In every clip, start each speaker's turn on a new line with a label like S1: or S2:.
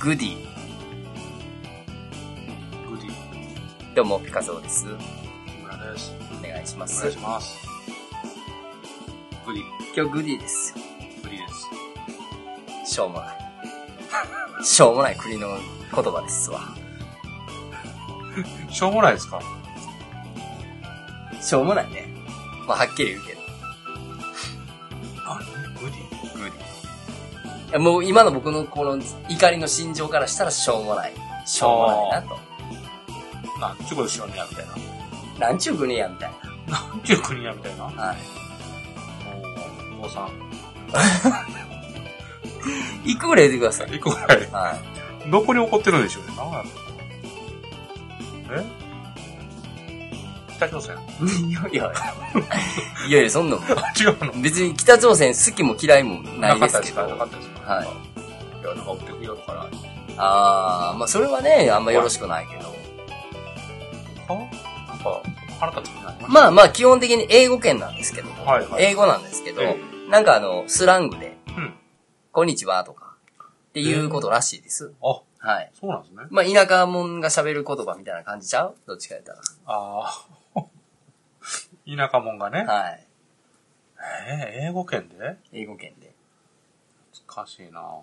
S1: グディ。
S2: グディ、
S1: どうも、ピカゾーです。
S2: 木村です。
S1: お願いしま
S2: お
S1: す
S2: 願いし。ます。グディ、
S1: 今日グディです
S2: グディです。
S1: よ。しょうもない。しょうもない国の言葉ですわ。
S2: しょうもないですか
S1: しょうもないね。まあ、はっきり言うけど。
S2: あ、グディ
S1: グディいや。もう今の僕のこの怒りの心情からしたらしょうもない。しょうもないなと。
S2: なんちゅうことしようねや、みたいな。
S1: なんちゅう国や、みたい
S2: なんちゅう国や、みたいな。
S1: な。はい。
S2: もう、もうさん。
S1: 一個ぐらい言ってください。
S2: 一個ぐらい。
S1: はい。
S2: どこに怒ってるんでしょうね。なんやろえ北朝鮮
S1: いやいや、いやいや、そんなもん
S2: あ、違うの
S1: 別に北朝鮮好きも嫌いもない
S2: か
S1: で
S2: った
S1: すけ
S2: です
S1: ど。
S2: かなかったですか
S1: はい。
S2: いや、なんか送ってくれよるから。
S1: あー、まあそれはね、あんまよろしくないけど。
S2: あなんか、腹立つくない
S1: まあまあ基本的に英語圏なんですけども、
S2: はいはい
S1: 英語なんですけど、
S2: え
S1: なんかあの、スラングで、
S2: うん
S1: こんにちはとか、っていうことらしいです。
S2: あ、
S1: はい。
S2: そうなんですね。
S1: まあ田舎もんが喋る言葉みたいな感じちゃうどっちか言った
S2: あ あ。田舎もんがね。
S1: ら。はい。
S2: えー英語圏で
S1: 英語圏で。
S2: 難しいなぁ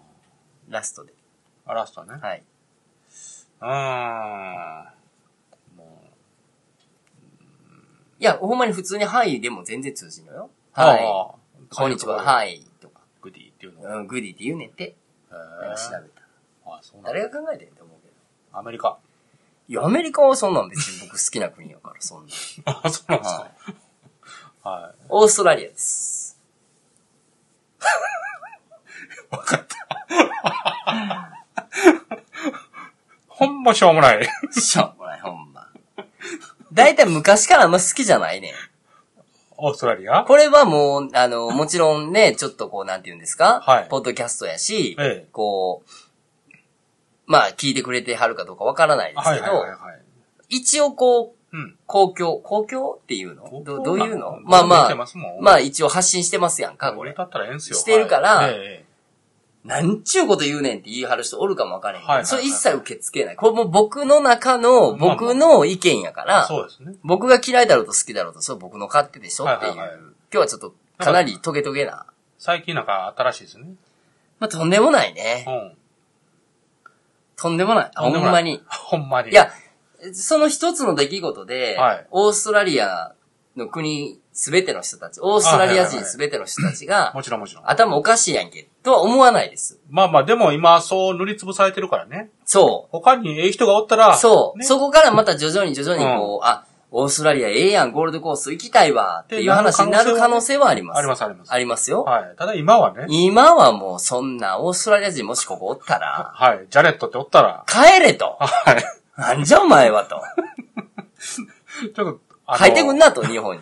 S1: ラストで。
S2: あラストね。
S1: はい。
S2: うーん。も
S1: いや、ほんまに普通にはいでも全然通じるのよ。
S2: う。
S1: はい。
S2: あー
S1: こんにちは。
S2: い。
S1: はい。とか。
S2: グディっていうのが。
S1: うん、グディって言うねんって、
S2: へ
S1: なんか調
S2: ー
S1: べた。
S2: あ、そうなんだ
S1: 誰が考えてんって思うけど。
S2: アメリ カ。
S1: いや、アメリカはそんなん別に僕好きな国やから、そんな。
S2: あ、そうなんです
S1: は
S2: か。
S1: い。
S2: は
S1: オーストラリアです。
S2: い。ほんましょうもない。
S1: しょうもない、ほんま。だいたい昔からあんま好きじゃないね。
S2: オーストラリア
S1: これはもう、あの、もちろんね、ちょっとこう、なんて言うんですか
S2: はい
S1: ポッドキャストやし、
S2: ええ
S1: こう、まあ、聞いてくれてはるかどうかわからないです
S2: は
S1: け
S2: い
S1: ど、
S2: はいはいはい。
S1: 一応こう、
S2: うん。
S1: 公共、公共っていうのどどういうの
S2: こ
S1: まあま
S2: 見て
S1: あ、
S2: ますもん
S1: まあ一応発信してますやんか、こ
S2: これ
S1: れ。
S2: だったらええんすよ。
S1: してるから
S2: はいええ
S1: なんちゅうこと言うねんって言い張る人おるかもわからへんけど、
S2: はいはいはい
S1: それ一切受け付けない。これもう僕の中の、
S2: まあまあ
S1: 僕の意見やから、
S2: そうですね。
S1: 僕が嫌いだろうと好きだろうと、それは僕の勝手でしょっていう。
S2: はいはいはい
S1: 今日はちょっとかなりトゲトゲな。
S2: 最近なんか新しいですね。
S1: まあ、とんでもないうね。
S2: ん。
S1: とんでもない。ほんまに。。
S2: ほんまに。
S1: いや、その一つの出来事で、
S2: はい
S1: オーストラリアの国すべての人たち、オーストラリア
S2: あはいはい
S1: 人
S2: はい
S1: すべての人たちが、
S2: もちろんもちろん。
S1: 頭おかしいやんけ、とは思わないです。
S2: まあまあ、でも今、そう塗りつぶされてるからね。
S1: そ
S2: 他にええ人がおったら、
S1: う。そう。
S2: ね
S1: そこからまた徐々に徐々にこう、あ、オーストラリアええやん、ゴールドコースト行きたいわ、っていう話になる可能性はあります。
S2: ありますあります。
S1: ありますよ。
S2: はい。ただ今はね、
S1: 今はもうそんなオーストラリア人もしここおったら、
S2: はい。ジャレットっておったら、
S1: 帰れと。
S2: はい。
S1: なんじゃお前はと。
S2: ちょっと、あの
S1: 入ってくん。なと、日本に。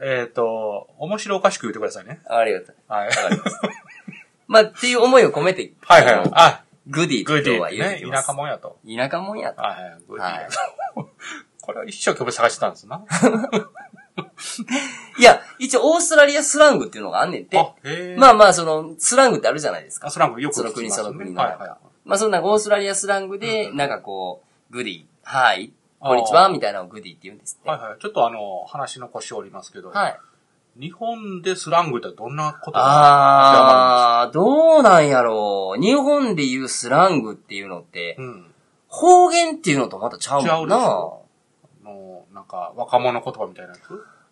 S2: えっと、面白おかしく言ってくださいね。
S1: ありがとう。
S2: はい。
S1: わかりま した。まあ、っていう思いを込めて、
S2: はいは
S1: あ
S2: い
S1: の。
S2: あ、
S1: グディ
S2: グ
S1: と
S2: ーディ
S1: は
S2: ー
S1: 言う
S2: ね
S1: てき、ま
S2: 田
S1: す
S2: 舎。もんやと。
S1: 田舎もんやと。
S2: はいはい。グーディー
S1: はい
S2: やと。 これは一生懸命探してたんですな。
S1: いや、一応オーストラリアスラングっていうのがあんねんて。
S2: あ、へえ。
S1: まあまあ、その、スラングってあるじゃないですか。
S2: あ、スラングよく
S1: その
S2: 聞き
S1: 国
S2: ます
S1: そ
S2: ね
S1: の国の
S2: はい
S1: 中。
S2: は
S1: まあそんなオーストラリアスラングで、なんかこう、グディ、はい、こんにちは、みたいなのをグディって言うんですっ
S2: い。
S1: て。は
S2: はいはい。ちょっとあの、話の腰折りますけど、
S1: い。
S2: 日本でスラングってどんなこと
S1: あー、どうなんやろう。日本で言うスラングっていうのって
S2: う、ん。
S1: 方言っていうのとまたちゃうもん
S2: 違うでし
S1: な
S2: ょ。の、なんか、若者言葉みたいなやつ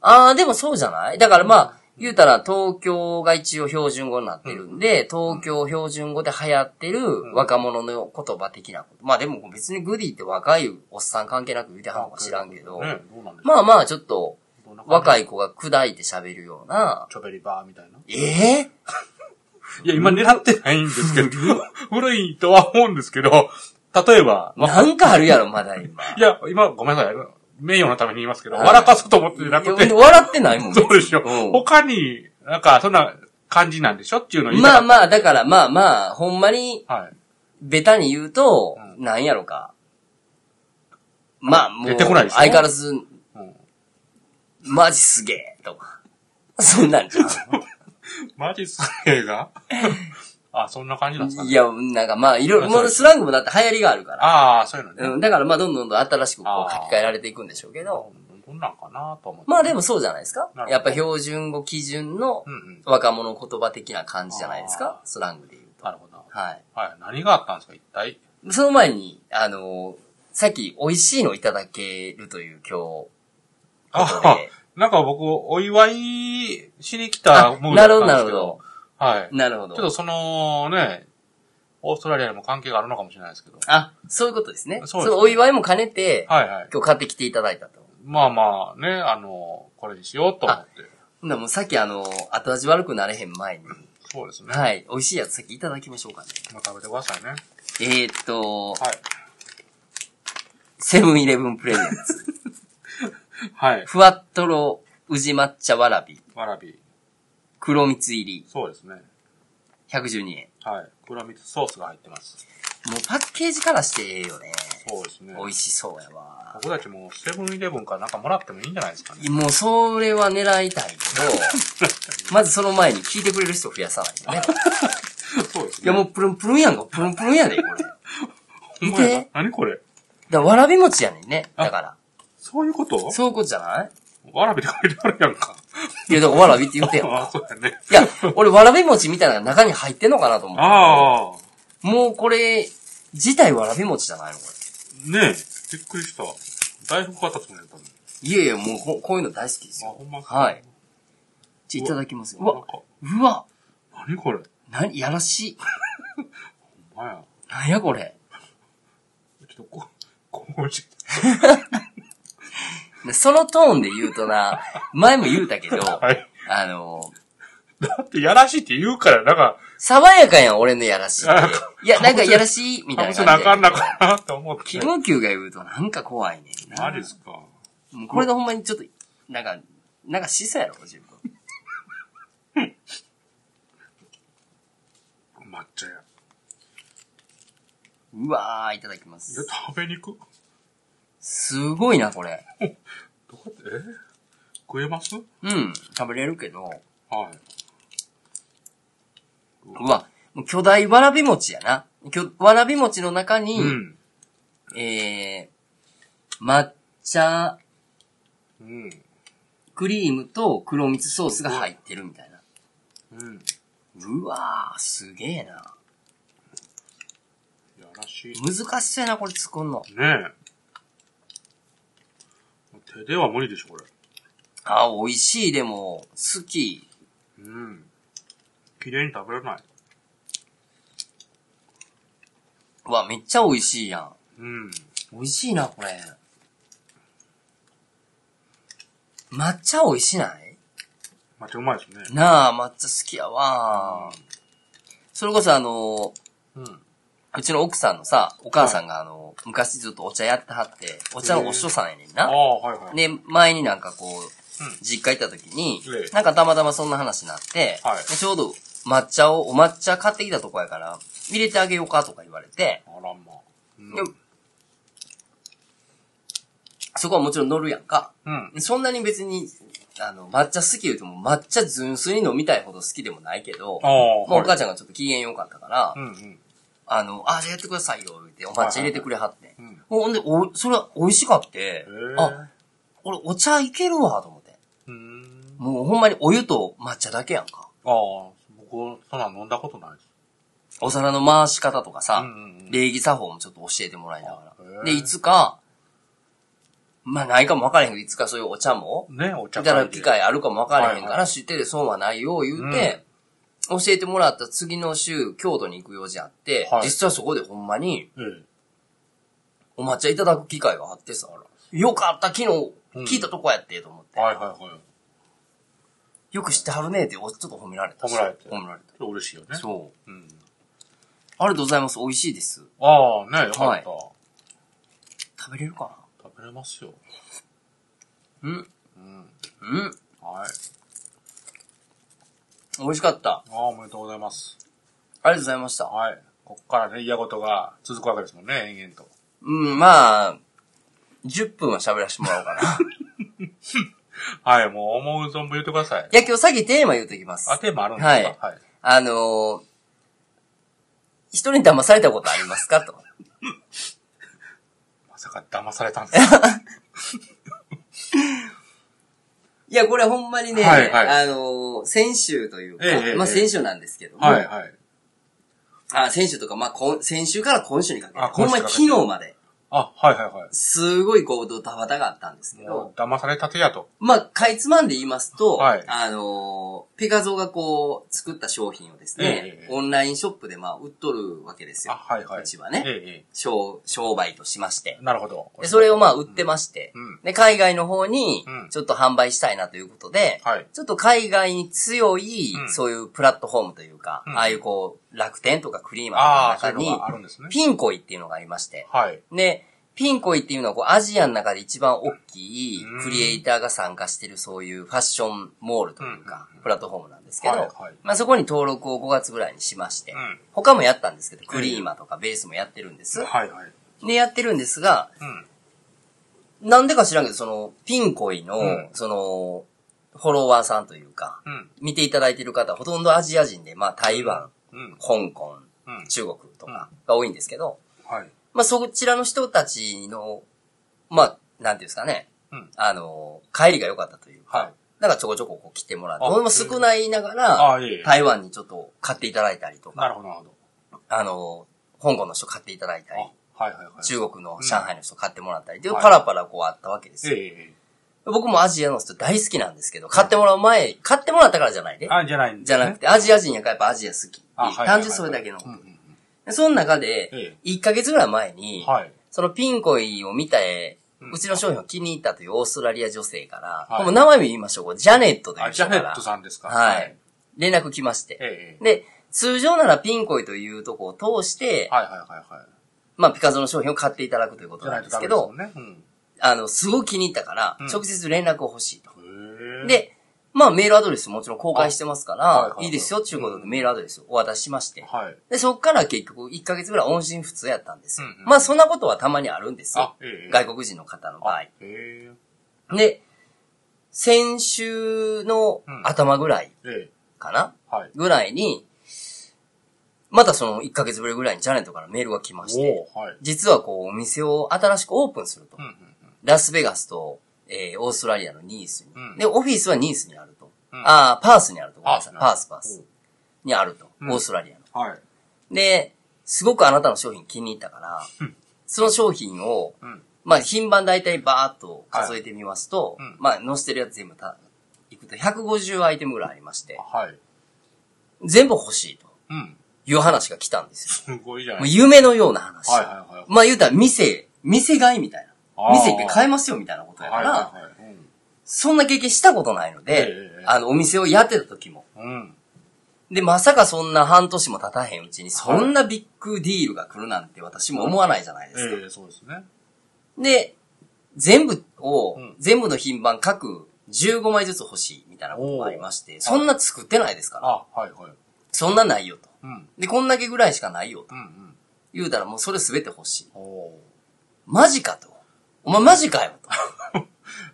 S1: あー、でもそうじゃないだからまあ、言うたら東京が一応標準語になってるんで、東京標準語で流行ってる若者の言葉的なこと。まあでも別にグディって若いおっさん関係なく言うてはんのか知らんけど、
S2: ね、どうなんでしょう
S1: まあまあちょっと
S2: どんな感じ
S1: 若い子が砕いて喋るような、
S2: チョベリバーみたいな。
S1: ええ
S2: いや、今狙ってないんですけど、古いとは思うんですけど、例えば、わ
S1: なんかあるやろ、まだ今。
S2: いや、今、ごめんなさい。名誉のために言いますけど、
S1: はい
S2: 笑かそうと思ってなく
S1: い
S2: て
S1: や、笑ってないもん。
S2: そうでしょ
S1: うん。
S2: 他に、なんか、そんな感じなんでしょっていうのを言いた
S1: ま
S2: か
S1: あ
S2: っ
S1: まあ、だからまあまあ、ほんまに、
S2: た。はい。
S1: ベタに言うと、
S2: う
S1: なんやろか。まあ、もう、
S2: 出てこないでしょ
S1: 相変わらず、
S2: うん
S1: マジす げえとか。そんなんじゃん。
S2: マジすげえがあ、そんな感じなん ですかね。
S1: いや、なんかまあ、いろいろ、
S2: そう
S1: も
S2: で
S1: う
S2: す
S1: スラングもだって流行りがあるから。
S2: ああ、そういうのね。
S1: うん、だからまあ、どんどんどん新しくこ
S2: あ
S1: う
S2: ー
S1: 書き換えられていくんでしょうけど、
S2: どんなんかなと思って。
S1: まあでもそうじゃないですか
S2: なるほ。ど
S1: やっぱ標準語基準の
S2: うんうん。
S1: 若者言葉的な感じじゃないですか、スラングで言うと。
S2: なるほど。
S1: はい。
S2: はい。何があったんですか、一体。
S1: その前に、あの、さっき美味しいのいただけるという今日、こと
S2: あ
S1: で。
S2: なんか僕、お祝いしに来
S1: あ
S2: たムーブ
S1: な
S2: だ
S1: る
S2: っ
S1: ほど、
S2: たんで
S1: なる
S2: す
S1: ほ
S2: けど
S1: ど。。
S2: はい。
S1: なるほ
S2: ちょっと
S1: ど。
S2: そのね、オーストラリアにも関係があるのかもしれないですけど。
S1: あ、そういうことですね。
S2: そ
S1: そうう
S2: ですね
S1: お祝いも兼ねて、
S2: はいはい。
S1: 今日買ってきていただいたと。
S2: まあまあね、あの、これにしようと思って。
S1: ほんならもうさっきあの、後味悪くなれへん前に、
S2: そうですね。
S1: はい、美味しいやつ先いただきましょうかね。
S2: まあ食べてくださいね。
S1: えー、っと、
S2: は
S1: セブンイレブンプレゼン ツ。
S2: い。はい。
S1: ふわっとろ、宇治抹茶わらび、
S2: わらび。
S1: 黒蜜入り、
S2: そうですね。
S1: 112円。
S2: はい。黒蜜ソースが入ってます。
S1: もうパッケージからしてええよね。
S2: そうですね。
S1: 美味しそうやわ。
S2: 僕たちもセブンイレブンからなんかもらってもいいんじゃないですかね。
S1: もうそれは狙い たいけど、まずその前に聞いてくれる人を増やさないとね。
S2: そうですね。
S1: いやもうプルンプルンやんか、プルンプルンやで、これ。だか
S2: ほんまやな
S1: 見て
S2: 何これ
S1: らわらび餅やねんね。だか
S2: そういうこと
S1: ら。そういうことじゃない
S2: わらびで書いてあるやんか。
S1: いや、だからわらびって言ってよ。
S2: ああ、そうやね。
S1: いや、俺わらび餅みたいなのが中に入ってんのかなと思って。
S2: ああ、
S1: もうこれ、自体わらび餅じゃないのこ
S2: ねえ、びっくりした。大福買ったつもりだったのに。
S1: れ。いやいや、もうここういうの大好きです
S2: あ、
S1: よ。
S2: ほんま
S1: はい。じゃあいただきますよ。
S2: う
S1: う
S2: わ、なん
S1: わ、
S2: か、
S1: うわ、
S2: 何これ
S1: なに、やらしい。
S2: ほんまや。
S1: なんやこれ。
S2: ちょっとこ、こぼれち
S1: そのトーンで言うとな、前も言うた けど、
S2: ゃった。はい。
S1: あの、
S2: だって、やらしいって言うから、なんか、
S1: 爽やかやん、俺のやらしいって
S2: あ。
S1: いや、なんかやらしい、みたい
S2: かぶ
S1: な
S2: せ
S1: 感
S2: なあ
S1: じ
S2: か
S1: や
S2: ん
S1: けど。
S2: なかなって思って
S1: キ。ムキューが言うとなんか怖いねんな。
S2: マジですか。
S1: もうこれでほんまにちょっと、なんか、なんかしそうやろ、自分。
S2: 抹茶や。
S1: うわー、いただきま
S2: え
S1: す。
S2: 食べに行く
S1: すごいな、これ。
S2: どうやって、え食えます
S1: うん、食べれるけど。
S2: はい。
S1: うわ、もう巨大わらび餅やな。きょわらび餅の中に、
S2: うん。
S1: えー、抹茶
S2: うん。
S1: クリームと黒蜜ソースが入ってるみたいな。
S2: うん。
S1: うわー、すげえな。
S2: やらしい。
S1: 難しそうやな、これ作んの。
S2: ねえ。手では無理でしょ、これ。
S1: あー、美味しい、でも、好き。
S2: うん。綺麗に食べれない。
S1: うわ、めっちゃ美味しいやん。
S2: うん。
S1: 美味しいな、これ。抹茶美味しない
S2: 抹茶うまいですね。
S1: なあ、抹茶好きやわ。それこそあの、
S2: うん。
S1: うちの奥さんのさ、お母さんがあの、昔ずっとお茶やってはって、お茶のお師匠さんやねん
S2: あ
S1: な。
S2: あ、はいはい。
S1: で、前になんかこう、
S2: うん
S1: 実家行った時に
S2: ええ、
S1: なんかたまたまそんな話になって、
S2: はい
S1: でちょうど抹茶を、お抹茶買ってきたとこやから、入れてあげようかとか言われて、
S2: あらま。うん
S1: でそこはもちろん乗るやんか。
S2: うん。
S1: そんなに別に、あの、抹茶好き言うても、抹茶純粋に飲みたいほど好きでもないけど、
S2: あ
S1: まあ、
S2: あ、
S1: お母
S2: はい。
S1: ちゃんがちょっと機嫌良かったから、
S2: うんうん。
S1: あの、あ、じゃあやってくださいよ、ってお抹茶入れてくれはって。
S2: うん。へ
S1: ほんで、お、それは美味しかって
S2: え、。
S1: あ、俺お茶いけるわ、と思って。
S2: うん。あ
S1: もうほんまにお湯と抹茶だけやんか。
S2: あ、僕、そんなん飲んだことないです。
S1: お皿の回し方とかさ、
S2: うんうんうん。
S1: 礼儀作法もちょっと教えてもらいなが
S2: へ
S1: ら。
S2: ー
S1: で、いつか、まあないかもわからへんけど、いつかそういうお茶も、
S2: ね、お茶
S1: みたいな
S2: 会で
S1: 機会あるかもわからへん
S2: は
S1: か
S2: いは
S1: ら、知ってて損はないよ、言うて、教えてもらった次の週、京都に行く用事あって
S2: はい、
S1: 実際そこでほんまに、
S2: ええ。
S1: お抹茶いただく機会があってさ、よかった、昨日、聞いたとこやって、と思って。
S2: はいはいはい。
S1: よく知ってはるねって、おちょっと褒められたし。
S2: 褒められて
S1: 褒められ
S2: ちょっと嬉しいよね
S1: た。。そう。
S2: うん。
S1: ありがとうございます。美味しいです。
S2: ああ、ね、よかった。
S1: 食べれるか
S2: 食べれますよ。
S1: なうん。
S2: うん。
S1: うん。
S2: はい。
S1: 美味しかった。
S2: ああ、おめでとうございます。
S1: ありがとうございました。
S2: はい。こっからね、嫌事が続くわけですもんね、延々と。
S1: うん、まあ、10分は喋らせてもら おうかな。
S2: はい、もう思う存分言ってください。
S1: いや、今日さっきテーマ言うときます
S2: あ、。テーマあるんです
S1: はい
S2: かはい。
S1: あのー人に騙されたことありますかと。
S2: まさか騙されたんで すか
S1: いや、これほんまにね、
S2: はいはい
S1: あのー先週というか、
S2: ええええ
S1: まあ先週なんですけども、
S2: はいはい。
S1: あ先週とか、まあ今先週から今週にかけて、
S2: あ
S1: ほんまに
S2: 今
S1: 昨
S2: 週にかけて
S1: 日まで、
S2: あ、はいはいはい。
S1: すごいこうドタバタがあったんですけど
S2: も、う騙されたてやと。
S1: まあ、かいつまんで言いますと、
S2: はい
S1: あのー、ペカゾーがこう、作った商品をですね、
S2: ええええ
S1: オンラインショップでまあ、売っとるわけです
S2: あ、
S1: よ。
S2: はいはい。
S1: 市場ね
S2: えええ
S1: 商商売としまして
S2: え。。なるほど。
S1: でそれをまあ、売ってまして、
S2: うん
S1: で、海外の方に
S2: うん、
S1: ちょっと販売したいなということで、
S2: はい。
S1: ちょっと海外に強い、
S2: うん
S1: そういうプラットフォームというか、
S2: うん
S1: ああいうこう、楽天とかクリーマ
S2: ああ、そ
S1: ー
S2: うい
S1: の中
S2: う
S1: に
S2: の、があるんですね。
S1: ピンコイっていうのがありまして、
S2: はい。
S1: で、ピンコイっていうのはこう、アジアの中で一番大きい
S2: うん
S1: クリエイターが参加してるそういうファッションモールというか、プラットフォームなんですけど、
S2: はいはい
S1: まあそこに登録を5月ぐらいにしまして、
S2: うん
S1: 他もやったんですけど、クリーマーとかベースもやってるんです。
S2: はいはい。
S1: で、やってるんですが、
S2: うん。
S1: なんでか知らんけど、その、ピンコイの、
S2: うん
S1: その、フォロワーさんというか、
S2: うん。
S1: 見ていただいている方、ほとんどアジア人で、まあ、台湾、
S2: うん。
S1: 香港、
S2: うん。
S1: 中国とかが多いんですけど、
S2: はい。
S1: まあ、そちらの人たちの、まあ、なんていうんですかね、
S2: うん
S1: あの、帰りが良かったというか、
S2: はい。
S1: だからちょこちょここう来てもらって、
S2: あ
S1: 俺も少ないなが
S2: あ
S1: ら、
S2: あ、いえいえ。
S1: 台湾にちょっと買っていただいたりと
S2: な
S1: か、
S2: るほど、なるほど。
S1: あの、香港の人買っていただいた
S2: あ
S1: り、、
S2: はいはいはい。
S1: 中国の上海の人買ってもらったりっていう、
S2: はい
S1: パラパラこうあったわけです
S2: ええ
S1: よ。
S2: え
S1: 僕もアジアの人大好きなんですけど、買ってもらう前、買ってもらったからじゃない
S2: え。
S1: ね。
S2: あ、じゃないんです
S1: じゃなくて、アジア人やからやっぱアジア好きっていう。
S2: あはいはいはい
S1: 単純にそれだけの。でその中で
S2: え、
S1: 1ヶ月ぐらい前に、
S2: はい。
S1: そのピンコイを見た絵
S2: うん
S1: うちの商品を気に入ったというオーストラリア女性から、
S2: はい
S1: この名前も言いましょうこう。ジャネットとい
S2: あ、
S1: う
S2: ジ
S1: 人
S2: ャ
S1: か
S2: ネッ
S1: ら
S2: ト、さんですか
S1: はい。連絡来まして。
S2: えええ
S1: で、通常ならピンコイというとこを通して
S2: え。、はいはいはいはい。
S1: まあピカゾの商品を買っていただくということ
S2: じゃな
S1: ないんで
S2: と
S1: す
S2: ダ
S1: け
S2: メです
S1: ど
S2: もん、ね。うん。
S1: あの、すごく気に入ったから
S2: う、ん
S1: 直接連絡を欲しいと。
S2: へえ。、
S1: で、まあメールアドレスもちろん公開してますか
S2: あはいはい
S1: ら
S2: は、い
S1: いいですよっていうことでメールアドレスをお渡ししまして、
S2: はい。
S1: で、そっから結局1ヶ月ぐらい音信不通やったんですよ。
S2: うんうん
S1: まあそんなことはたまにあるんですよ
S2: あ。ええ
S1: 外国人の方の場
S2: あ
S1: 合
S2: へ。え。
S1: で、先週の
S2: うん
S1: 頭ぐらい
S2: ええ。
S1: かな、
S2: はい。
S1: ぐらいに、またその1ヶ月ぶりぐらいにジャネットからメールが来まして、
S2: おおはい。
S1: 実はこう、お店を新しくオープンすると。
S2: うん
S1: ラスベガスと、えー、オーストラリアのニースに。
S2: うん
S1: で、オフィスはニースにあると。
S2: うん
S1: ああ、パースにあると。ごめんなさい
S2: パース
S1: パース、パース。にあると。
S2: うん
S1: オーストラリアの。
S2: うん。はい。
S1: で、すごくあなたの商品気に入ったから、その商品を、
S2: うん。
S1: まあ、品番大体バーっと数えてみますと、
S2: はいうん
S1: まあ、載せてるやつ全部た、いくと150アイテムぐらいありまして、
S2: はい。
S1: 全部欲しいと
S2: うん。
S1: いう話が来たんです
S2: すごいじゃ
S1: よ。
S2: な
S1: も
S2: いうです
S1: 夢のような話。
S2: か。はいはいはい。
S1: まあ、言うたら店、店買いみたいな。
S2: あー
S1: 店って買えますよみたいなことやか
S2: はい
S1: ら、
S2: はいはい。うん
S1: そんな経験したことないので、
S2: ええ
S1: あの、お店をやってた時も。
S2: うん。
S1: で、まさかそんな半年も経たへんうちに、そんなビッグディールが来るなんて私も思わないじゃないですか。
S2: ええ、そうですね。
S1: で、全部を、
S2: うん
S1: 全部の品番各15枚ずつ欲しいみたいなことがありまして、そんな作ってないですから、
S2: あ、はいはい。
S1: そんなないよと。
S2: うん。
S1: で、こんだけぐらいしかないよと
S2: う。んうん。
S1: 言うたらもうそれすべて欲しい。
S2: おお
S1: マジかと。お前マジかよと。
S2: ー。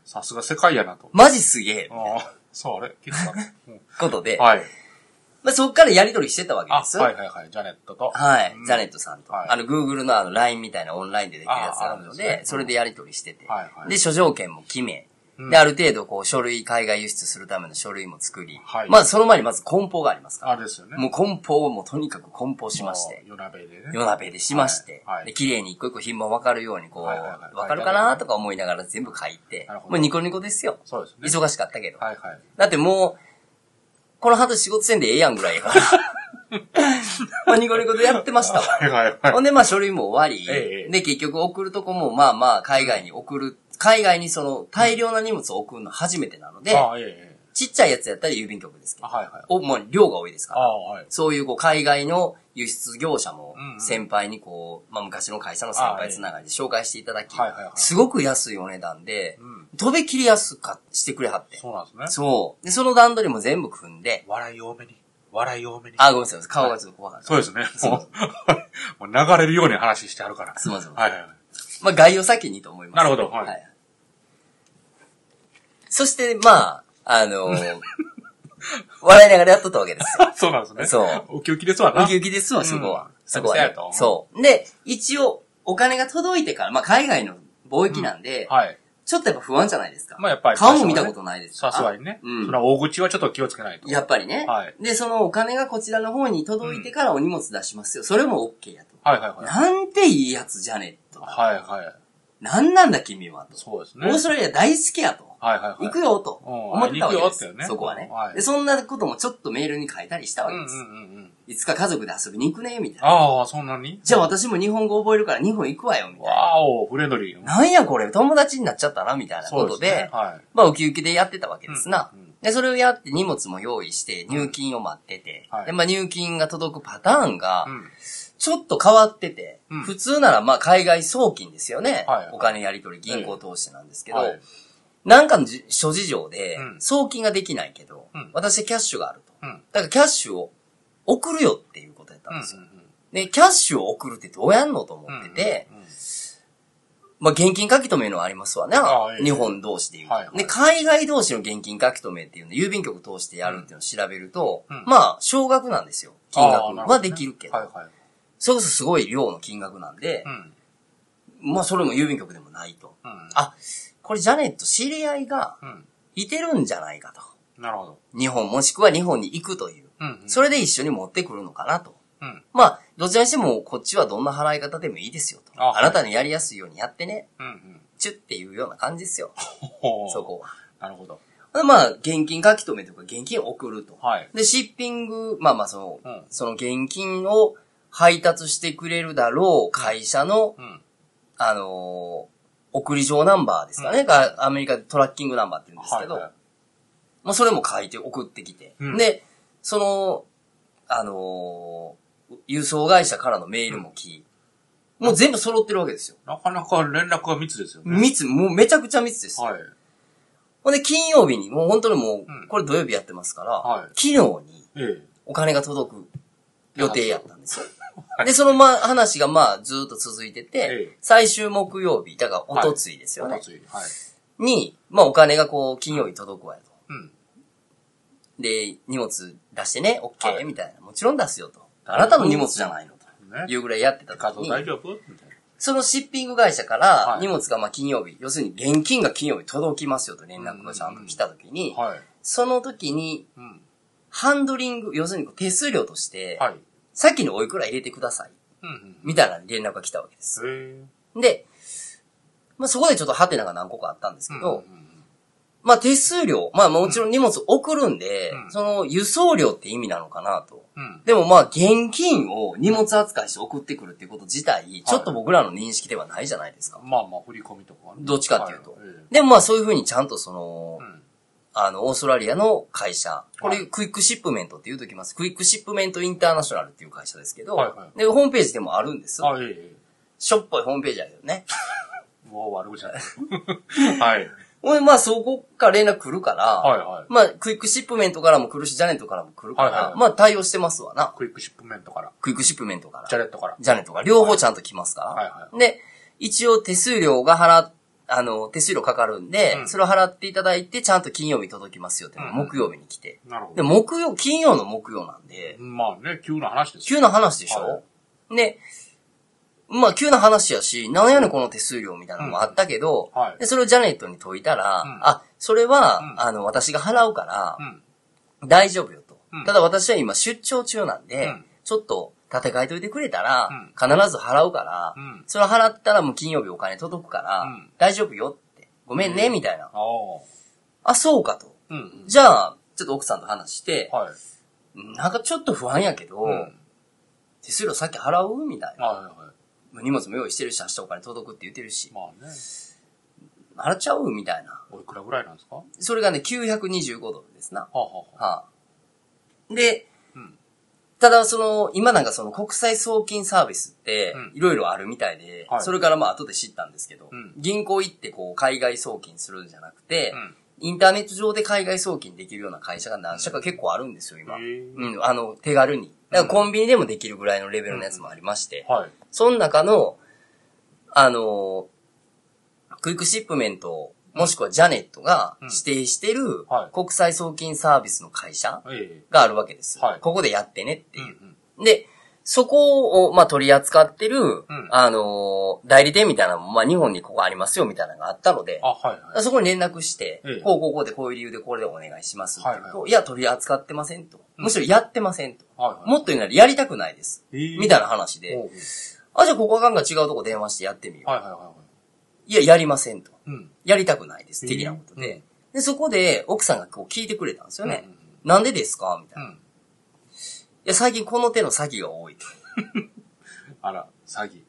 S2: さすが世界やなと。
S1: マジすげえ。
S2: ああ、そう、あれ聞いたかな うん
S1: ことで、
S2: はい。
S1: まあ、そっからやりとりしてたわけ
S2: あ、
S1: ですよ。
S2: はいはいはい。ジャネットと。
S1: はい。
S2: うん
S1: ザネットさんと。
S2: はい
S1: あの、Google のあの、LINE みたいなオンラインでできるやつ
S2: あ
S1: ある
S2: あるん
S1: の
S2: です
S1: で、
S2: ねうん
S1: それでやりとりしてて。
S2: はいはい
S1: で、諸条件も決め、
S2: うん
S1: で、ある程度、こう、書類、海外輸出するための書類も作り、
S2: はい
S1: まあ、その前にまず梱包がありますから。
S2: あれですよね。
S1: もう梱包をもうとにかく梱包しまして、
S2: 夜鍋でね。
S1: 夜鍋でしまして、
S2: はいはい
S1: で綺麗に一個一個品番分かるようにこう、
S2: はいはいはい
S1: 分かるかなとか思いながら全部書いて
S2: なる、ほど
S1: もうニコニコですよ。
S2: そうですね。
S1: 忙しかったけど。
S2: はいはい。
S1: だってもう、この半年仕事せんでええやんぐらいやから。 まあニコニコでやってましたわ。
S2: はいはいは
S1: ほんでまあ書類も終わり、
S2: ええ
S1: で結局送るとこもまあまあ海外に送る、海外にその大量な荷物を送るの初めてなの
S2: い。
S1: で、
S2: ああ、ええええ。
S1: ちっちゃいやつやったら郵便局ですけ
S2: あ、
S1: ど、
S2: はいはい。
S1: おもう量が多いですから
S2: あ。あ、はい。
S1: そういうこう海外の輸出業者も
S2: うんうん
S1: 先輩にこう、まあ昔の会社の先輩つながりで紹介していただき
S2: はいはいはい、
S1: すごく安いお値段で
S2: う、ん。
S1: とべきり安くしてくれはって。
S2: そうなんですね。
S1: そう。で、その段取りも全部組んで、
S2: 笑い多めに。笑い多めに。
S1: あ、ごめんなさい、顔がちょっと怖かった。
S2: そうですね。
S1: そう
S2: もう、 もう流れるように話してあるから。
S1: すいません
S2: はいはいはい。
S1: まあ概要先にと思います。
S2: なるほどはい
S1: そして、まあ、あ のー笑いながらやっとったわけですよ。
S2: そうなんですね。
S1: そう
S2: 。ウキウキですわな。
S1: ウキウキですわ、そこは。そこは、ね
S2: やと思。う
S1: そう。で、一応、お金が届いてから、まあ、海外の貿易なんで、
S2: はい。
S1: ちょっとやっぱ不安じゃないですか。
S2: まあやっぱり。
S1: 顔も見たことないですか
S2: さ
S1: ら。
S2: すがにね。
S1: うん
S2: それは大口はちょっと気をつけないと。
S1: やっぱりね。
S2: はい。
S1: で、そのお金がこちらの方に届いてからお荷物出しますよ。それも OK やと。
S2: はいはいはい。
S1: なんていいやつじゃねえと。
S2: はいはい。
S1: なんなんだ君はと。
S2: そうです
S1: オー
S2: ね
S1: ス。トラリア大好きやと。
S2: はいはいはい。
S1: 行くよと。
S2: うん
S1: 思ってたわけです。
S2: 行くよってね
S1: そこはね、
S2: はい
S1: で。そんなこともちょっとメールに書いたりしたわ
S2: う
S1: け
S2: ん
S1: です。
S2: うんうんうん。
S1: いつか家族で遊びに行くね、みたいな。
S2: ああ、そんなに
S1: じゃあ私も日本語覚えるから日本行くわよ、みたいな。
S2: わーお、フレンドリー。
S1: なんやこれ、友達になっちゃったな、みたいな
S2: そ
S1: こ
S2: うで
S1: と
S2: す
S1: で、
S2: ね。は
S1: まあウキウキでやってたわけ
S2: い。
S1: ですな。
S2: うんうん
S1: で、それをやって荷物も用意して、入金を待ってて、
S2: はい
S1: で、まあ入金が届くパターンが
S2: う、ん。うん
S1: ちょっと変わってて、
S2: うん
S1: 普通ならまあ海外送金ですよね。
S2: はい
S1: お金やり取り、銀行投資なんですけど、
S2: はい
S1: なんかのじ諸事情で
S2: う、ん
S1: 送金ができないけど、
S2: うん
S1: 私キャッシュがあると。
S2: うん。
S1: だからキャッシュを送るよっていうことやった
S2: うんん
S1: ですよ。で、キャッシュを送るってどうやんのと思
S2: う
S1: っ
S2: んう
S1: て
S2: ん。
S1: て、
S2: うんうんうん、
S1: まあ、現金書き留めのはありますわね
S2: ああええ
S1: 日本同士で言うと、
S2: はいはい
S1: で、海外同士の現金書き留めっていうの、郵便局通してやるっていうのを調べると、
S2: うん
S1: まあ、少額なんですよ。金額
S2: ああ
S1: はできるけど。
S2: なほねはいはい。
S1: それこそすごい量の金額なんで
S2: う、ん。
S1: まあ、それも郵便局でもないと。
S2: うん。
S1: あ、これジャネット知り合いが
S2: うん。
S1: いてるんじゃないかと。
S2: なるほど。
S1: 日本もしくは日本に行くという。
S2: うん。うん
S1: それで一緒に持ってくるのかなと。
S2: うん。
S1: まあ、どちらにしても、こっちはどんな払い方でもいいですよと。
S2: あ
S1: あなたにやりやすいようにやってね、
S2: うん。うん。
S1: チュっていうような感じですよ。
S2: ほう
S1: そ。こは。
S2: なるほど。
S1: でまあ、現金書き留めとか現金を送ると。
S2: はい。
S1: で、シッピング、まあまあ、その、
S2: うん
S1: その現金を配達してくれるだろう会社の、
S2: うん。
S1: あのー送り状ナンバーですかね、
S2: うん
S1: がアメリカでトラッキングナンバーって言うんです
S2: は
S1: け
S2: い
S1: ど、
S2: はい。
S1: まあ、それも書いて送ってきて。
S2: うん
S1: で、その、あのー輸送会社からのメールも来、もう全部揃ってるわけですよ。
S2: なかなか連絡が密ですよね。
S1: 密、もうめちゃくちゃ密です。
S2: はい。
S1: ほんで、金曜日に、もう本当にも
S2: うん
S1: う、これ土曜日やってますから、
S2: はい
S1: 昨日に
S2: え
S1: お金が届く予定やったんですよ。
S2: はい
S1: で、そのま、話がまあ、ずーっと続いてて
S2: ええ、
S1: 最終木曜日、だから、おとついです
S2: え。
S1: よね。
S2: おついはい。
S1: に、まあ、お金がこう、金曜日届くわよと。
S2: うん。
S1: で、荷物出してね、オッケ
S2: は
S1: ー
S2: い
S1: みたいな。もちろん出すよと。あなたの荷物じゃないのと。い
S2: ね。
S1: うぐらいやってた
S2: 画像
S1: 時に、
S2: 大丈夫みたい
S1: そのシッピング会社か
S2: は
S1: ら
S2: い
S1: 荷物がまあ金曜日、要するに現金が金曜日届きますよと連絡がちゃんと来た時に
S2: な。、はい。
S1: その時に
S2: うん。
S1: ハンドリング、要するに手数料として、
S2: はい。
S1: さっきのおいくら入れてください、
S2: うんうん。
S1: みたいな連絡が来たわけです。
S2: へ
S1: で、まあそこでちょっとハテナが何個かあったんです
S2: え。
S1: けど、
S2: うんうん
S1: まあ手数料、まあもちろん荷物送るんで、
S2: うん
S1: その輸送料って意味なのかなと。
S2: うん。うん。
S1: でもまあ現金を荷物扱いして送ってくるっていうこと自体、ちょっと僕らの認識ではないじゃないですか。
S2: まあまあ、振り込みとかはね
S1: どっちかっていうと
S2: はえ
S1: でもまあそういうふうにちゃんとその
S2: えう、ん。
S1: あの、オーストラリアの会社、こ
S2: は
S1: れクイックシップメントって言うときます。クイックシップメントインターナショナルっていう会社ですけど、
S2: はいは
S1: で、ホームページでもあるんです。
S2: あ、えええ
S1: しょっぽいホームページだけどね。
S2: え。もう悪口じゃ ない。はい。
S1: ほんでまあそこから連絡来るから、
S2: はいはい。
S1: まあクイックシップメントからも来るし、ジャネットからも来るから、
S2: はいはい
S1: まあ対応してますわな。
S2: クイックシップメントから。
S1: クイックシップメントから。
S2: ジャレットから。
S1: ジャネットが両方ちゃんと来ますから。
S2: はいは
S1: で、一応手数料が払っ、あの、手数料かかるんで、
S2: うん
S1: それを払っていただいて、ちゃんと金曜日届きますよっていうのが
S2: うん
S1: 木曜日に来て。
S2: なるほ
S1: で、
S2: ど。
S1: 木曜、金曜の木曜なんで、
S2: まあね、急な話ですよ。
S1: 急な話でしょ、で、まあ急な話やし、なんやねんこの手数料みたいなのもあったけど、
S2: うんはい
S1: でそれをジャネットに解いたら、
S2: うん
S1: あ、それは、
S2: うん
S1: あの、私が払うから
S2: う、ん。
S1: 大丈夫よと。
S2: うん
S1: ただ私は今出張中なんで、
S2: うん
S1: ちょっと立て替えといてくれたら、
S2: うん
S1: 必ず払うから、
S2: うん
S1: それ払ったらもう金曜日お金届くから、
S2: うん
S1: 大丈夫よって。ごめんね、みたいな。
S2: ああ。
S1: あ、そうかと。
S2: うんうん。
S1: じゃあ、ちょっと奥さんと話して、
S2: はい。
S1: なんかちょっと不安やけど、
S2: うん。
S1: 手数料さっき払うみたいな。
S2: はいは
S1: 荷物も用意してるし、明日お金届くって言ってるし
S2: い。、まあね。
S1: 払っちゃうみたいな。
S2: おいくらぐらいなんですかは
S1: それがね、925ドルですな。
S2: あはあはあ。
S1: はあ、で、
S2: うん。
S1: ただ、その、今なんかその国際送金サービスって
S2: うん、
S1: いろいろあるみたいで、
S2: はい
S1: それからまあ後で知ったんですけど、
S2: うん
S1: 銀行行ってこう海外送金するんじゃなくて、
S2: うん。
S1: インターネット上で海外送金できるような会社が何社か結構あるんですよ、今。
S2: へ
S1: う
S2: ー
S1: ん、あの、手軽に。だからコンビニでもできるぐらいのレベルのやつもありまして、
S2: はい。
S1: その中の、あのークイックシップメント、もしくはジャネットが
S2: うん
S1: 指定してる
S2: はい
S1: 国際送金サービスの会社
S2: ええ
S1: があるわけです。
S2: はい
S1: ここでやってねって
S2: う
S1: い
S2: ん
S1: う
S2: う。ん。
S1: で、そこを、まあ、取り扱ってる、
S2: ん
S1: あのー代理店みたいなのも、まあ、日本にここありますよ、みたいなのがあったので、
S2: あ、はいはい。
S1: そこに連絡して、
S2: ええ
S1: こうこうこうでこういう理由でこれでお願いしますって言うと、
S2: はい
S1: いや、取り扱ってませんと。むしろやってませんと。
S2: はいはい。
S1: もっと言うならやりたくないです。
S2: えー
S1: みたいな話で、
S2: おう
S1: あ、じゃあここはガンガン違うとこ電話してやってみよう。、
S2: はいはいはいはい
S1: や、やりませんと。
S2: い。うん。
S1: やりたくないです。的なことで。
S2: うん
S1: で、そこで奥さんがこう聞いてくれたんですよね。
S2: うんうん
S1: なんでですかみたいうな。い
S2: ん。
S1: や、最近この手の詐欺が多いと。
S2: あら、詐欺。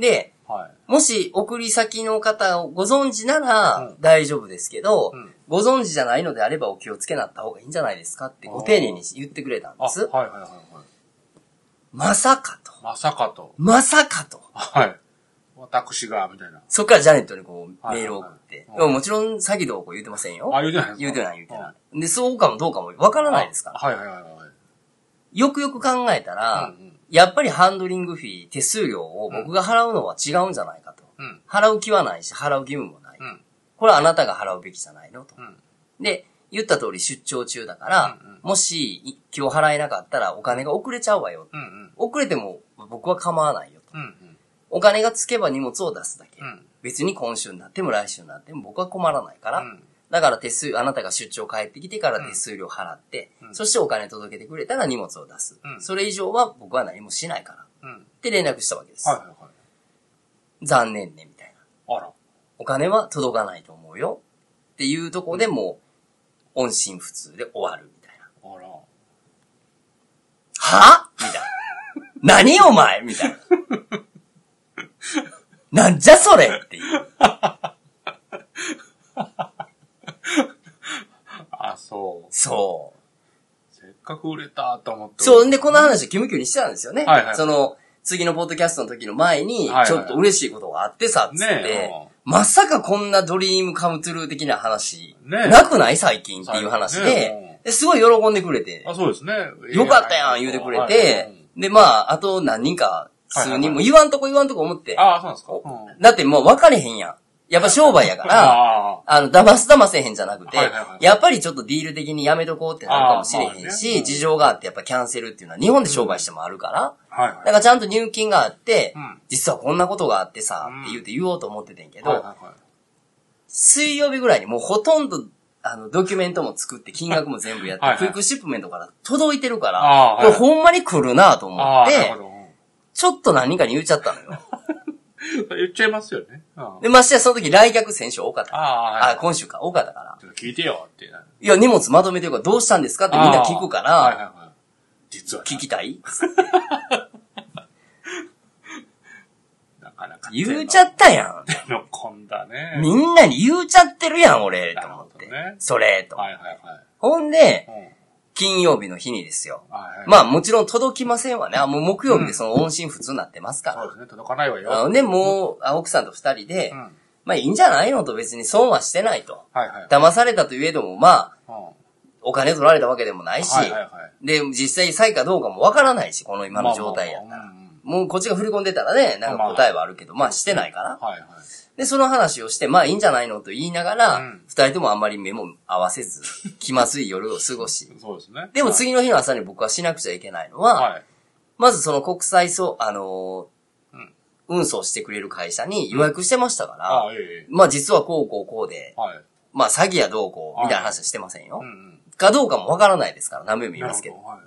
S1: で、
S2: はい。
S1: もし送り先の方をご存知なら
S2: うん
S1: 大丈夫ですけど、
S2: うん
S1: ご存知じゃないのであればお気をつけなった方がいいんじゃないですかってご丁寧に言ってくれたん
S2: あ、
S1: で
S2: はい
S1: す。
S2: はいはいはい。
S1: まさかと。
S2: まさかと。
S1: まさかと。
S2: はい。私が、みたいな。
S1: そっからジャネットにこう
S2: はい
S1: メールを送って。
S2: はい
S1: でももちろん詐欺どうこう言うてませんよ。
S2: あ、言うてない
S1: 言うてない言うてない。で、そうかもどうかもわからないですから。
S2: はいはいはいはい。
S1: よくよく考えたら、
S2: うんうん
S1: やっぱりハンドリングフィー、手数料を僕が払うのは違うんじゃないかと。
S2: うん。
S1: 払う気はないし、払う義務もない。
S2: うん。
S1: これはあなたが払うべきじゃないのと。
S2: うん。
S1: で、言った通り出張中だから、
S2: うんうん
S1: もしい今日払えなかったらお金が遅れちゃうわよ。
S2: うんうん。
S1: 遅れても僕は構わないよと。
S2: うんうん。
S1: お金がつけば荷物を出すだけ。
S2: うん
S1: 別に今週になっても来週になっても僕は困らないから、
S2: うん
S1: だから手数、あなたが出張帰ってきてから手数料払って、
S2: うん
S1: そしてお金届けてくれたら荷物を出す。
S2: うん
S1: それ以上は僕は何もしないから。
S2: うん。
S1: って連絡したわけです。
S2: はいはいはい。
S1: 残念ね、みたいな。
S2: あら。
S1: お金は届かないと思うよ。っていうとこでもう、音信不通で終わる、みたいな。
S2: あら。
S1: はぁみたいな。何お前みたいな。なんじゃそれっていう。
S2: あ、そう。
S1: そう。
S2: せっかく売れたと思って。
S1: そう、んで、この話をキムキムにしてたんですよね。
S2: はいはい
S1: その、次のポッドキャストの時の前に
S2: はいは、い
S1: ちょっと嬉しいことがあってさ、つって、
S2: ねえ
S1: まさかこんなドリームカムトゥルー的な話、
S2: ねえ
S1: なくない最近っていう話で,、
S2: 最近ね
S1: ですごい喜んでくれて、
S2: あ、そうですね。
S1: よかったやん言うてくれて、で、まあ、あと何人か、数人も言わんとこ言わんとこ思って、
S2: ああ、そうなんですか。
S1: だってもう分かれへんやん。やっぱ商売やから、
S2: あ
S1: あの、騙す騙せへんじゃなくて、
S2: はいはいはい
S1: やっぱりちょっとディール的にやめとこうってなるかもしれへんし、
S2: あーまあねうん
S1: 事情があってやっぱキャンセルっていうのは日本で商売してもあるから、
S2: あ。はい
S1: だ
S2: は
S1: か
S2: い。
S1: らちゃんと入金があって、
S2: うん
S1: 実はこんなことがあってさ、
S2: うん
S1: って言うて言おうと思っててんけど、
S2: はいはいはい。
S1: 水曜日ぐらいにもうほとんど、あの、ドキュメントも作って、金額も全部やって、
S2: はいはい
S1: クイックシップメントから届いてるから、
S2: あーはいはい
S1: これほんまに来るなと思
S2: あ
S1: っ
S2: あ、なる
S1: て
S2: ほ、ど。
S1: ちょっと何人かに言っちゃったの よ。
S2: うん言っちゃいますよね。うん
S1: で、ましてやその時来客選手多かった。
S2: ああ、は
S1: あ、
S2: い。
S1: 今週か、多かったから。
S2: ちょっと聞いてよって。
S1: いや、荷物まとめてるからどうしたんですかってみんな聞くか
S2: ああはいはい
S1: ら、
S2: はい。実はな、
S1: 聞きた い
S2: なかなか。
S1: 言うちゃった や
S2: 手の込んだね。
S1: ん。みんなに言うちゃってるやん、 俺、と思っ
S2: なるほど
S1: て
S2: ね。
S1: それ、と。
S2: はいはいはい。
S1: ほんで、
S2: うん。
S1: 金曜日の日にですよ。
S2: はいはい。
S1: まあ、もちろん届きませんわね。あもう木曜日でその音信不通になってます
S2: そう
S1: か
S2: ですね、届かないわよ。
S1: ら。あのね、もう、あ奥さんと二人で
S2: うん。、はい
S1: まあいいんじゃないのと別に損はしてないと。
S2: はい。うん
S1: 騙されたといえども、まあ、お金取られたわけでもないし、
S2: はいはいはい。
S1: で、実際債かどうかもわからないし、この今の状態やった
S2: まあま
S1: ら
S2: あまあ。うん
S1: もうこっちが振り込んでたらね、なんか答えはあるけど、まあしてないから。
S2: はいはい。
S1: で、その話をして、まあいいんじゃないのと言いなが
S2: う
S1: ら
S2: ん、
S1: 二人ともあんまり目も合わせ ず、気まずい夜を過ごし。
S2: そうですね。
S1: でも次の日の朝に僕はしなくちゃいけないのは、
S2: はい。
S1: まずその国際そう、あのー
S2: うん
S1: 運送してくれる会社に予約してましたか
S2: あ
S1: ら、
S2: あ、ええ。
S1: まあ実はこうこうこうで、
S2: はい。
S1: まあ詐欺やどうこうみたいな話はしてませんよ
S2: うんう。ん。
S1: かどうかもわからないですから、何べも言いますけど。
S2: なるほはい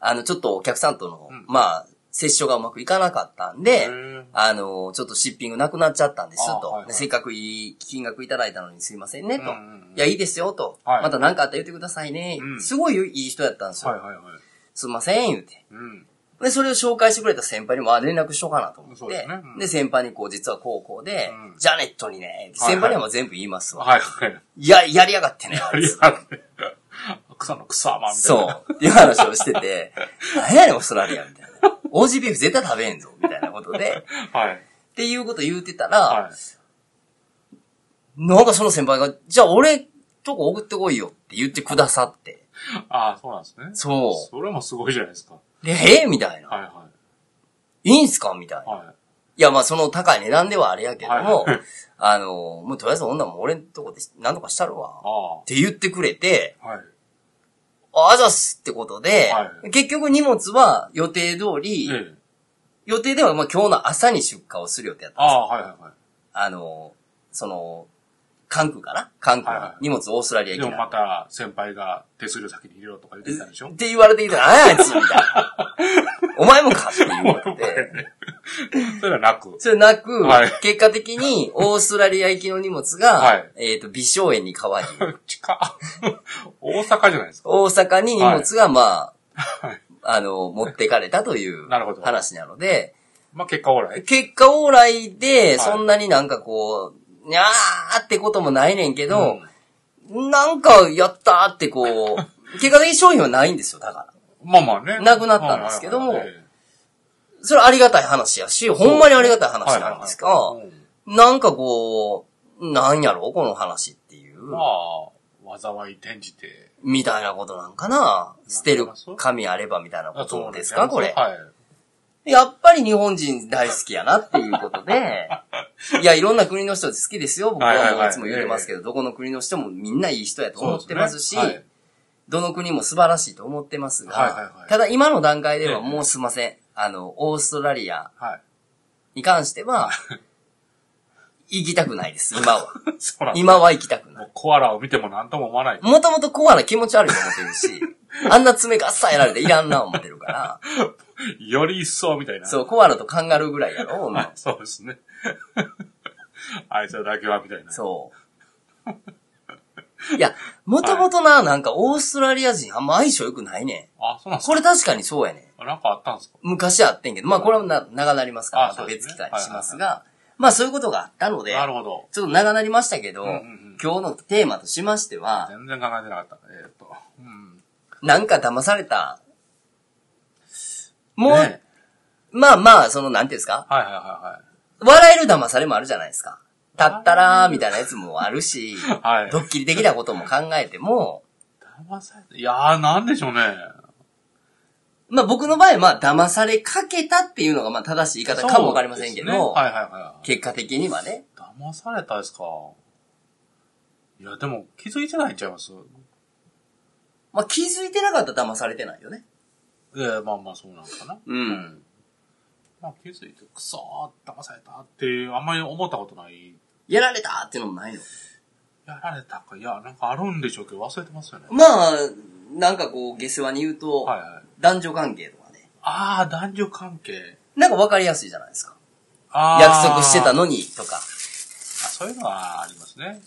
S1: あの、ちょっとお客さんとの、
S2: うん
S1: まあ、接触がうまくいかなかったんで
S2: へー、
S1: あの、ちょっとシッピングなくなっちゃったんです
S2: あ
S1: と、
S2: はいはい
S1: でせっかくいい金額いただいたのにすいませんね、と。
S2: うんうんうん
S1: いや、いいですよ、と。
S2: はい
S1: また何かあったら言ってくださいね。
S2: うん
S1: すごいいい人だったんですよ。
S2: はいはいはい。
S1: すいません、言うて。
S2: うん。
S1: で、それを紹介してくれた先輩にも、あ、連絡しようかなと思って。
S2: そうですねうん
S1: で、先輩にこう、実は高校で、
S2: うん
S1: ジャネットにね、
S2: はいはい
S1: 先輩にはもう全部言いますわ。
S2: はいはい。
S1: いや、やりやがってね、あ
S2: い
S1: い
S2: や
S1: つ、
S2: 草の草まみたいな。
S1: そう。っていう話をしてて、何やねん、オーストラリア、みたいな。オージービーフ絶対食べへんぞ、みたいなことで、っ
S2: はい。
S1: ていうこと言うてたら、
S2: はい。
S1: なんかその先輩が、じゃあ俺とこ送ってこいよって言ってくださって。
S2: ああ、そうなんですね。
S1: そ
S2: それもすごいじゃないですか。
S1: う。で、へえみたいな。
S2: はいはい
S1: いんすかみたい
S2: い。
S1: な。
S2: はい
S1: や、まあその高い値段ではあれやけども
S2: はい、
S1: あの、もうとりあえず女も俺んとこで何とかしたるわ。っ
S2: い。
S1: て言ってくれて、
S2: ああ。はい。
S1: あざっすってことで、
S2: は
S1: 結局荷物は予定通り、
S2: ええ。
S1: 予定ではまあ今日の朝に出荷をする予定だった。
S2: ああ、はいはいはい。
S1: あの、その、関空かな関空に、
S2: はいはい
S1: 荷物オーストラリア
S2: で
S1: 行
S2: も
S1: きな。
S2: また先輩が手数料先に入れろとか言ってきたんでしょ
S1: って言われてきたら、ああいつみたいな。 お前もかって言われて。
S2: それはなく。
S1: それなく、
S2: はい
S1: 結果的に、オーストラリア行きの荷物が、
S2: はい
S1: えっ、と、微小炎に変わり、
S2: 近っ大阪じゃないですか。
S1: 大阪に荷物が、まあ、
S2: はい
S1: あの、持ってかれたという
S2: なるほど
S1: 話なので、
S2: まあ結果オーライ。
S1: 結果往来
S2: い
S1: で、そんなになんかこう、にゃーってこともないねんけど、なんかやったーってこ う、結果的に商品はないんですよ、だから。
S2: まあまあね。
S1: なくなったんですけども
S2: はいはいはい
S1: それはありがたい話やし、ほんまにありがたい話なんですが
S2: はいはいはい、うん
S1: なんかこう、なんやろこの話っていう。
S2: まあ、災い転じて。
S1: みたいなことなんかな捨てる紙あればみたいなこ
S2: あ
S1: とですかこれ。
S2: はい。
S1: やっぱり日本人大好きやなっていうこと で、いや、いろんな国の人好きですよ。僕
S2: はいは
S1: はいも
S2: はいう
S1: いつも言ってますけど、どこの国の人もみんないい人やと思ってますし、
S2: そうですね
S1: どの国も素晴らしいと思ってますが、
S2: はいはいはい
S1: ただ今の段階で
S2: え
S1: は
S2: え
S1: もうすいません。あの、オーストラリア
S2: はい。はい。
S1: に関しては、行きたくない です、今は。
S2: そうなんです
S1: 今は行きたくない
S2: も。うコアラを見ても何とも思わない。
S1: もともとコアラ気持ち悪いと思ってる し、あんな爪がっさやられていらんな思ってるから、
S2: より一層みたいな。
S1: そう、コアラとカンガルーぐらいやろ、も
S2: はいうそうですね。あいつらだけはみたいな。
S1: そう。いや、もともとな、なんかオーストラリア人あんま相性良くないね
S2: あ、そうな
S1: ん。
S2: んです
S1: これ確かにそうやねん。
S2: かなんかあったんですか
S1: 昔あってんけど、まあこれはな長なりますから、
S2: あ
S1: また
S2: そうで
S1: 別
S2: すね
S1: 機会にしますが、まあそういうことがあったので、
S2: なるほど。
S1: ちょっと長なりましたけど、
S2: うんうんうん
S1: 今日のテーマとしましては、
S2: 全然考えてなかった。えっ、と。うん。
S1: なんか騙された、もう、
S2: ね
S1: まあまあ、その、なんていうんですか
S2: はいはいは
S1: 笑える騙されもあるじゃないですか。たったらーみたいなやつもあるし、
S2: いはい。はい。
S1: ドッキリ的なことも考えても、
S2: 騙されたいやー、なんでしょうね。
S1: まあ僕の場合は、まあ騙されかけたっていうのがまあ正しい言い方かもわかりませんけど、
S2: そうですねはいはいはい。
S1: 結果的にはね、
S2: 騙されたですか。いや、でも気づいてないんちゃいます
S1: まあ気づいてなかったら騙されてないよね。
S2: ええまあまあそうなのかな。
S1: うん。
S2: まあ気づいて、くそー、騙されたっていう、あんまり思ったことない。
S1: やられたっていうのもないの。
S2: やられたか、いや、なんかあるんでしょうけど忘れてますよね。
S1: まあ、なんかこう、下世話に言うと、
S2: はいはい。
S1: 男女関係とかね、
S2: あー、男女関係。
S1: なんかわかりやすいじゃないですか。
S2: あー
S1: 約束してたのにとか、
S2: あそういうのはありますね。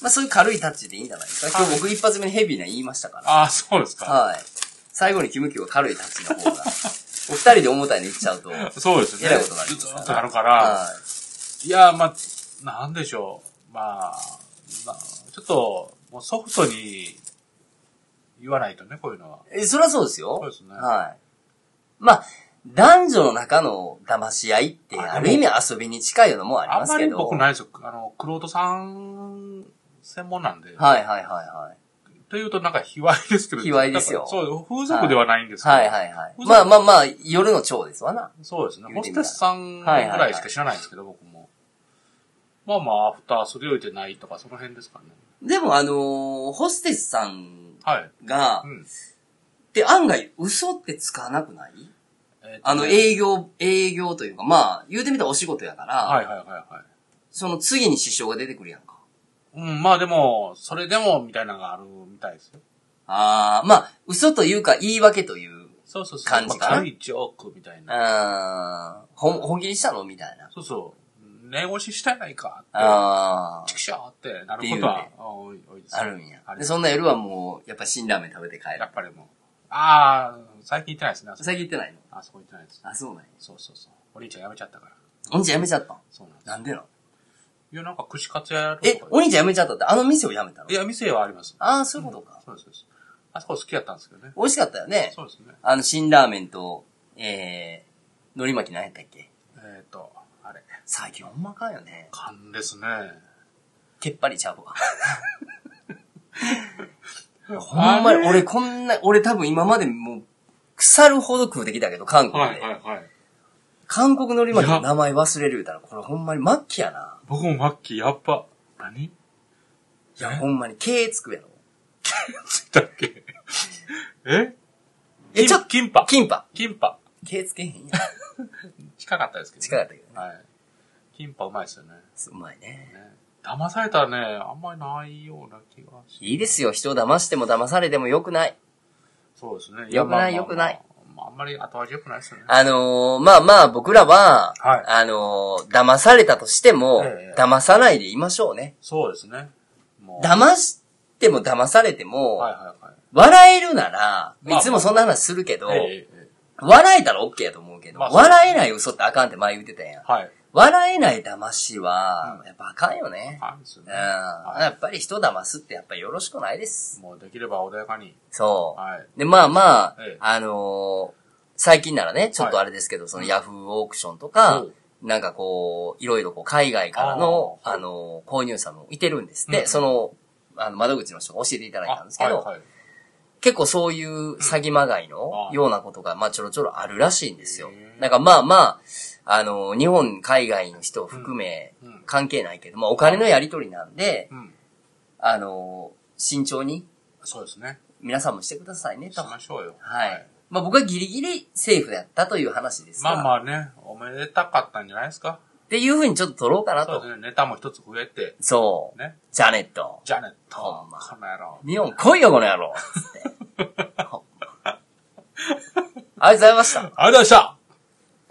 S1: まあそういう軽いタッチでいいんじゃないですか。今日僕一発目にヘビーな言いましたから。
S2: あー、そうですか。
S1: はい。最後にキムキは軽いタッチの方が。 お二人で重たいの言っちゃうと。はい。
S2: そうですね。
S1: えらいことになります
S2: ず
S1: から
S2: っとあるから。いや、まあ、なんでしょう。まあ、なちょっと、もうソフトに言わないとね、こういうのは。
S1: え、そりゃそうですよ。
S2: そうですね
S1: はい。まあ、男女の中の騙し合いって、ある意味遊びに近いのもあり
S2: あ
S1: ま
S2: ん
S1: す
S2: ま
S1: け
S2: り
S1: ど。
S2: 僕ないですよ。あの、クロートさん専門なんで。
S1: はいはいはいはい。
S2: というとなんか卑猥ですけど。
S1: 卑猥ですよ
S2: そう、風俗ではないんですけど。
S1: はいはいはい。
S2: 嘘
S1: まあまあまあ、夜の蝶ですわな。
S2: そうですね。
S1: 言
S2: ホ
S1: うてみ
S2: ス
S1: たら
S2: テスさんぐらいしか知らないんですけど、僕も。まあまあ、アフターするよりでないとか、その辺ですかね。
S1: でもあのーホステスさん
S2: はい。
S1: が
S2: う、ん。
S1: って案外嘘ってつかなくない
S2: えーと
S1: あの、営業、営業というか、まあ、言うてみたらお仕事やから、
S2: はいはいはいはい。
S1: その次に支障が出てくるやんか。
S2: うん、まあでも、それでも、みたいなのがあるみたいですよ。
S1: ああ、まあ、嘘というか言い訳という、
S2: そうそうそう。
S1: 感じかな
S2: まあ軽いジョークみたいな。
S1: あーほん本気にしたのみたいな。
S2: そうそう。念押ししたやないかって。
S1: ああ、
S2: チクショーってなることは
S1: っていうね
S2: 多い多いですよ。
S1: あるんや
S2: あ。り
S1: で、
S2: ます
S1: そんな夜はもう、やっぱ辛ラーメン食べて帰
S2: や
S1: る。
S2: っぱりもう。ああ、最近行ってないですね。あそこ
S1: 最近行ってないの
S2: あそこ行ってないです。
S1: あ、そうなんや。
S2: そうそうそう。お兄ちゃん辞めちゃったから。
S1: お兄ちゃん辞めちゃったん
S2: そうなんです。
S1: なんでなん
S2: いや、なんか串カツやる
S1: え
S2: と、か
S1: お兄ちゃん辞めちゃったってあの店を辞めたの
S2: いや、店はあります。
S1: ああ、そういうことか。
S2: そうです、そうです。あそこ好きやったんですけどね。
S1: 美味しかったよね。
S2: そうですね。
S1: あの、辛ラーメンと、えー、海苔巻き何やったっけ
S2: えっ、と、あれ。
S1: 最近ほんまかんよね。
S2: 勘ですね。
S1: てっぱりちゃうわ。ほんまに、俺こんな、俺多分今までもう、腐るほど食うてきたけど、韓国で。
S2: はいはいはい。
S1: 韓国のり巻きの名前忘れる言うたら、これほんまに末期やな。
S2: 僕もマッキー、やっぱ、何
S1: いや、ほんまに、毛つくやろ。
S2: だっけええ
S1: えちょっと
S2: 金金パ。
S1: キンパ。
S2: 金パ。
S1: 毛つけへんや ん。
S2: 近かったですけど、
S1: 近かったけどね。
S2: た。はい。金パうまいですよね。
S1: うまいね。
S2: ね騙されたらね、あんまりないような気がし
S1: いいですよ。人を騙しても騙されても良くない。
S2: そうですね。
S1: よくない
S2: や
S1: よくない。
S2: まあまあまああんまり後味良くないですよね。
S1: あのーまあまあ、僕らは、
S2: はい
S1: あのー騙されたとしても、
S2: ええ
S1: 騙さないでいましょうね。
S2: そうですね。もう。
S1: 騙しても騙されても、
S2: はいはいはい。
S1: 笑えるなら、
S2: まあ
S1: いつもそんな話するけど、
S2: えええ
S1: 笑えたら OK やと思うけど、
S2: まあそう
S1: 笑えない嘘ってあかんって前言ってたやん
S2: え。はい。
S1: 笑えない騙しは、やっぱあかんよね。
S2: はいですよ
S1: うん。
S2: ね。
S1: やっぱり人騙すってやっぱりよろしくないです。
S2: もうできれば穏やかに。
S1: そう。
S2: はい。
S1: で、まあまあ、
S2: ええ
S1: あのー最近ならね、ちょっとあれですけど、そのヤフーオークションとか、
S2: うん
S1: なんかこう、いろいろこう海外からの、
S2: あ
S1: あ
S2: ー
S1: のー購入者もいてるんですっ
S2: うん
S1: て、
S2: うん
S1: その、あの、窓口の人が教えていただいたんですけど、
S2: はいはい。
S1: 結構そういう詐欺まがいの
S2: うん
S1: ようなことが、まあちょろちょろあるらしいんですよ
S2: へ。ー
S1: なんかまあまあ、あのー、日本、海外の人を含め
S2: うんうん、
S1: 関係ないけど、まあお金のやり取りなんで、
S2: うん。
S1: あのー、慎重に
S2: そうですね。
S1: 皆さんもしてくださいね
S2: し
S1: と。
S2: ましょうよ。
S1: はい。。まあ僕はギリギリセーフだったという話ですが、
S2: まあまあね、おめでたかったんじゃないですか。
S1: っていうふうにちょっと取ろうかな
S2: そう
S1: と。
S2: ですね。ネタも一つ増えて、
S1: そう。
S2: ね。
S1: ジャネット。
S2: ジャネット、
S1: ほんま
S2: この野郎。
S1: 日本来いよ、この野郎。つってほんまありがとうございました。
S2: ありがとうございました